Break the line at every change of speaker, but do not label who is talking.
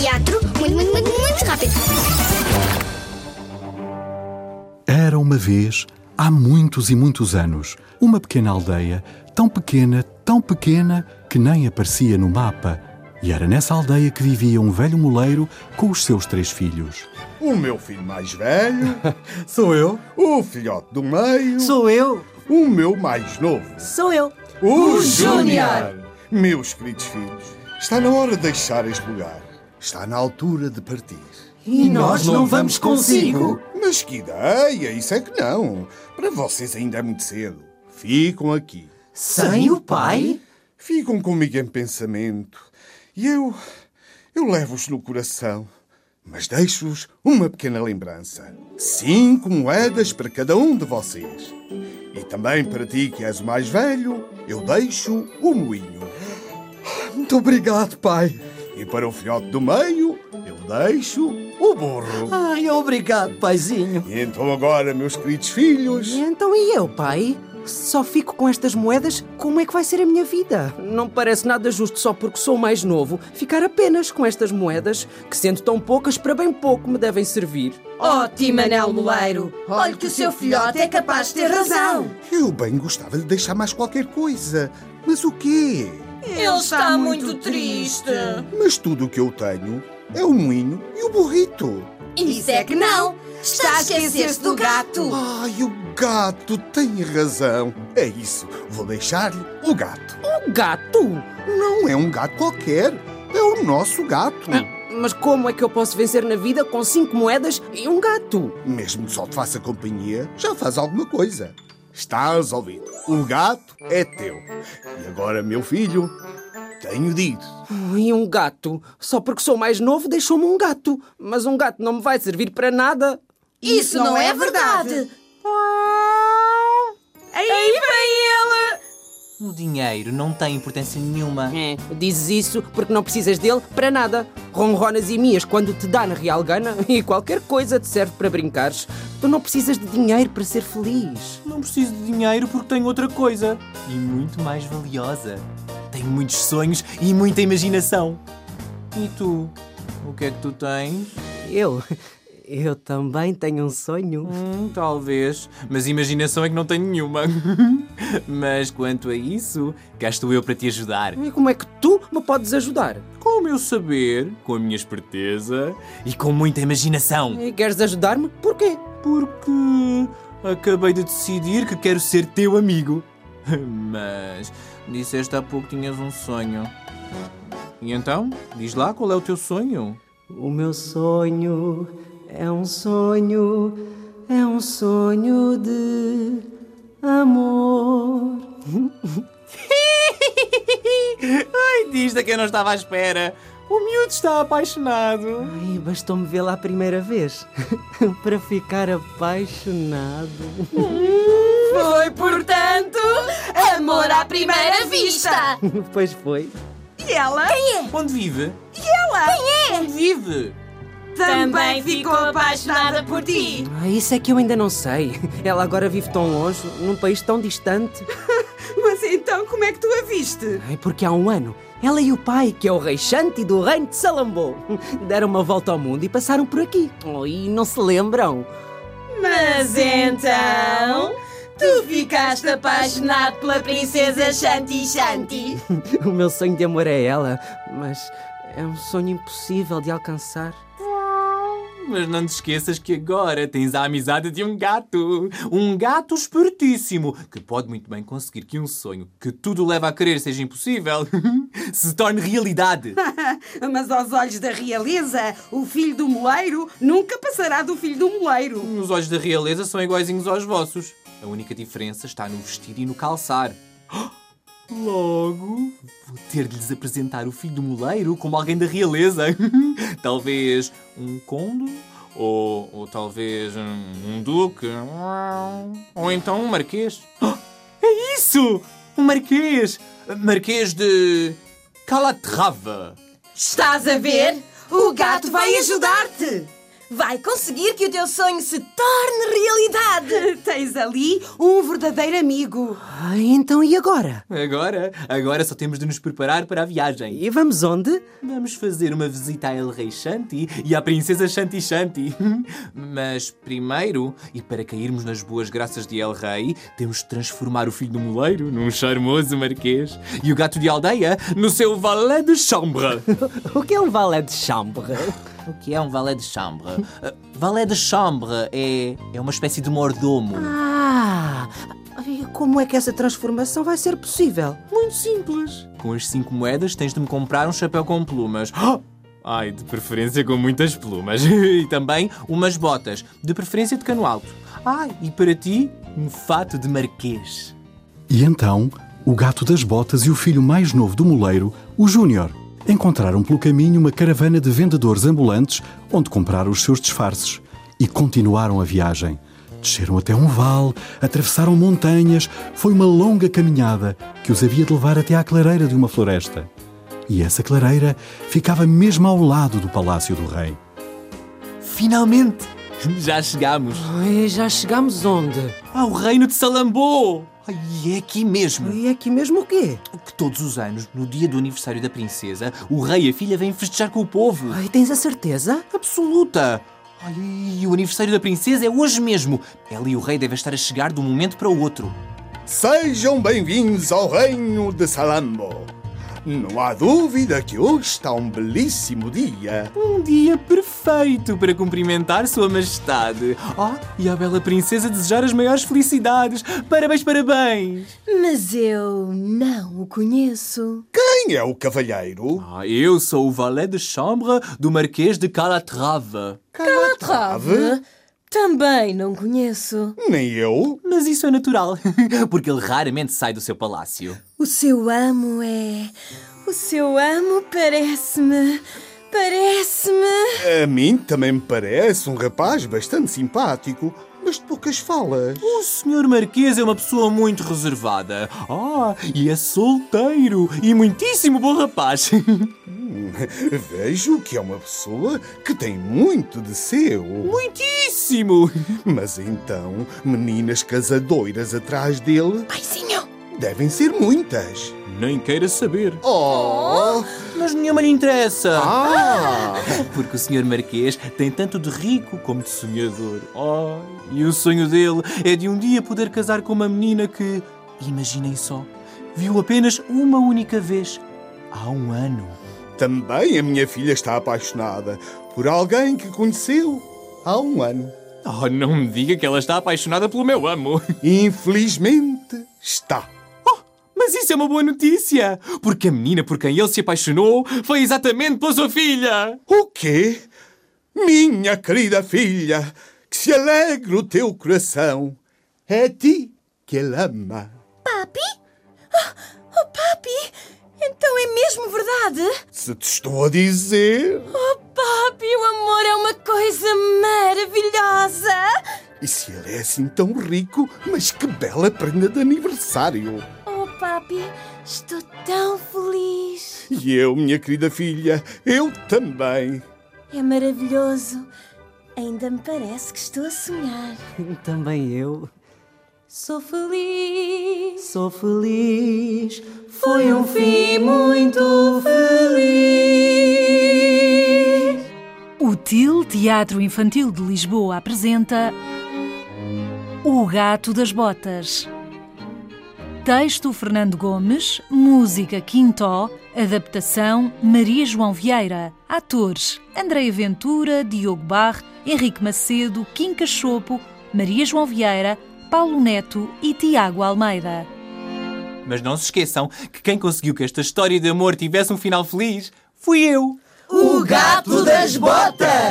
teatro muito, muito, muito, muito rápido.
Era uma vez, há muitos e muitos anos, uma pequena aldeia, tão pequena, tão pequena, que nem aparecia no mapa. E era nessa aldeia que vivia um velho moleiro com os seus três filhos.
O meu filho mais velho,
Sou eu.
o filhote do meio,
Sou eu.
o meu mais novo,
Sou eu.
o,
O
Júnior.
Júnior.
Meus queridos filhos, está na hora de deixar este lugar. Está na altura de partir.
E nós não vamos consigo.
Mas que ideia, isso é que não. Para vocês ainda é muito cedo. Ficam aqui.
Sem o pai?
Ficam comigo em pensamento. E eu. Eu levo-os no coração. Mas deixo-vos uma pequena lembrança. Cinco moedas para cada um de vocês. E também para ti, que és o mais velho, eu deixo o moinho.
Muito obrigado, pai.
E para o filhote do meio, eu deixo o burro.
Ai, obrigado, paizinho.
E então agora, meus queridos filhos.
Então e eu, pai? Se só fico com estas moedas, como é que vai ser a minha vida? Não me parece nada justo só porque sou mais novo ficar apenas com estas moedas, que sendo tão poucas, para bem pouco me devem servir.
Ótima, Anel Moleiro. Olhe que o seu filhote é capaz de ter razão.
Eu bem gostava de deixar mais qualquer coisa. Mas o quê?
Ele está muito triste.
Mas tudo o que eu tenho é o moinho e o burrito.
Isso é que não. Está a esquecer-se do gato.
Ai, o gato tem razão. É isso, vou deixar-lhe o gato.
Um gato?
Não é um gato qualquer, é o nosso gato.
Mas como é que eu posso vencer na vida com cinco moedas e um gato?
Mesmo que só te faça companhia, já faz alguma coisa. Está resolvido. O gato é teu. E agora, meu filho, tenho de ir.
E um gato? Só porque sou mais novo, deixou-me um gato. Mas um gato não me vai servir para nada.
Isso não é verdade.
Ah,
Aí vem ele.
O dinheiro não tem importância nenhuma.
É, dizes isso porque não precisas dele para nada. Ronronas e mias quando te dá na real gana e qualquer coisa te serve para brincares. Tu não precisas de dinheiro para ser feliz.
Não preciso de dinheiro porque tenho outra coisa. E muito mais valiosa. Tenho muitos sonhos e muita imaginação. E tu? O que é que tu tens?
Eu. Eu também tenho um sonho.
Hum, talvez. Mas imaginação é que não tenho nenhuma. Mas quanto a isso, cá estou eu para te ajudar.
E como é que tu me podes ajudar?
Com o meu saber, com a minha esperteza e com muita imaginação.
E queres ajudar-me? Porquê?
Porque acabei de decidir que quero ser teu amigo. Mas disseste há pouco que tinhas um sonho. E então, diz lá qual é o teu sonho?
O meu sonho é um sonho, é um sonho de amor.
Ai, diz da que eu não estava à espera. O miúdo está apaixonado.
E bastou-me vê-la a primeira vez para ficar apaixonado.
Foi, portanto, amor à primeira vista.
pois foi.
E ela? Quem é?
Onde vive?
Ela? Quem é?
Onde vive?
Também ficou apaixonada por ti.
Ah, isso é que eu ainda não sei. Ela agora vive tão longe, num país tão distante.
Mas então como é que tu a viste?
É porque há um ano, ela e o pai, que é o rei Shanti do reino de Salambô, deram uma volta ao mundo e passaram por aqui. Oh, e não se lembram.
Mas então, tu ficaste apaixonado pela princesa Shanti Shanti.
O meu sonho de amor é ela, mas é um sonho impossível de alcançar.
Mas não te esqueças que agora tens a amizade de um gato. Um gato espertíssimo que pode muito bem conseguir que um sonho que tudo leva a querer seja impossível se torne realidade.
Mas aos olhos da realeza, o filho do moleiro nunca passará do filho do moleiro.
Os olhos da realeza são iguaizinhos aos vossos. A única diferença está no vestir e no calçar. Logo, vou ter de lhes apresentar o filho do moleiro como alguém da realeza. talvez um conde, ou, ou talvez um, um duque, ou então um marquês. É isso! Um marquês! Marquês de Calatrava.
Estás a ver? O gato vai ajudar-te. Vai conseguir que o teu sonho se torne realidade!
Tens ali um verdadeiro amigo.
Ah, então e agora?
Agora, agora só temos de nos preparar para a viagem.
E vamos onde?
Vamos fazer uma visita a El Rei Shanti e à Princesa Shanti Shanti. Mas primeiro, e para cairmos nas boas graças de El Rei, temos de transformar o filho do moleiro num charmoso marquês e o gato de aldeia no seu valet de chambre.
O que é um valet de chambre?
O que é um valet de chambre? Uh, valet de chambre é, é uma espécie de mordomo.
Ah, e como é que essa transformação vai ser possível?
Muito simples. Com as cinco moedas tens de me comprar um chapéu com plumas. Oh! Ai, de preferência com muitas plumas. e também umas botas, de preferência de cano alto. Ai, e para ti, um fato de marquês.
E então, o gato das botas e o filho mais novo do moleiro, o Júnior, encontraram pelo caminho uma caravana de vendedores ambulantes onde compraram os seus disfarces e continuaram a viagem. Desceram até um vale, atravessaram montanhas, foi uma longa caminhada que os havia de levar até à clareira de uma floresta. E essa clareira ficava mesmo ao lado do palácio do rei.
Finalmente! Já chegámos
Ai, já chegámos onde?
ao reino de Salambô! Ai, e é aqui mesmo!
E aqui mesmo o quê?
Que todos os anos, no dia do aniversário da princesa, o rei e a filha vêm festejar com o povo.
Ai, tens a certeza?
Absoluta! Ai, e o aniversário da princesa é hoje mesmo. Ela e o rei devem estar a chegar de um momento para o outro.
Sejam bem-vindos ao reino de Salambo. Não há dúvida que hoje está um belíssimo dia.
Um dia perfeito para cumprimentar Sua Majestade. Ah, e à bela princesa desejar as maiores felicidades. Parabéns, parabéns!
Mas eu não o conheço.
Quem é o cavalheiro?
Ah, eu sou o valet de chambre do Marquês de Calatrava.
Calatrava? Também não conheço.
Nem eu.
Mas isso é natural, porque ele raramente sai do seu palácio.
O seu amo é. O seu amo parece-me. Parece-me.
A mim também me parece um rapaz bastante simpático, mas de poucas falas.
O senhor Marquês é uma pessoa muito reservada. Ah, e é solteiro e muitíssimo bom rapaz.
Vejo que é uma pessoa que tem muito de seu.
muitíssimo!
Mas então, meninas casadoiras atrás dele
Paizinho!
devem ser muitas.
Nem queira saber.
Oh!
Mas nenhuma lhe interessa.
Ah!
Porque o senhor Marquês tem tanto de rico como de sonhador. Oh, e o sonho dele é de um dia poder casar com uma menina que, imaginem só, viu apenas uma única vez há um ano.
Também a minha filha está apaixonada por alguém que conheceu há um ano.
Oh, não me diga que ela está apaixonada pelo meu amo.
Infelizmente, está.
Mas isso é uma boa notícia, porque a menina por quem ele se apaixonou foi exatamente pela sua filha.
O quê? Minha querida filha, que se alegre o teu coração. É a ti que ele ama.
Oh, papi! Então é mesmo verdade?
Se te estou a dizer.
Oh, papi, o amor é uma coisa maravilhosa!
E se ele é assim tão rico, mas que bela prenda de aniversário.
Oh, papi, estou tão feliz!
E eu, minha querida filha, eu também.
É maravilhoso! Ainda me parece que estou a sonhar.
Também eu.
Sou feliz!
Sou feliz. Foi um fim muito feliz.
O TIL Teatro Infantil de Lisboa apresenta O Gato das Botas. Texto Fernando Gomes, música Quintó, adaptação Maria João Vieira, atores Andréia Ventura, Diogo Barre, Henrique Macedo, Kim Cachopo, Maria João Vieira, Paulo Neto e Tiago Almeida.
Mas não se esqueçam que quem conseguiu que esta história de amor tivesse um final feliz fui eu.
O gato das botas!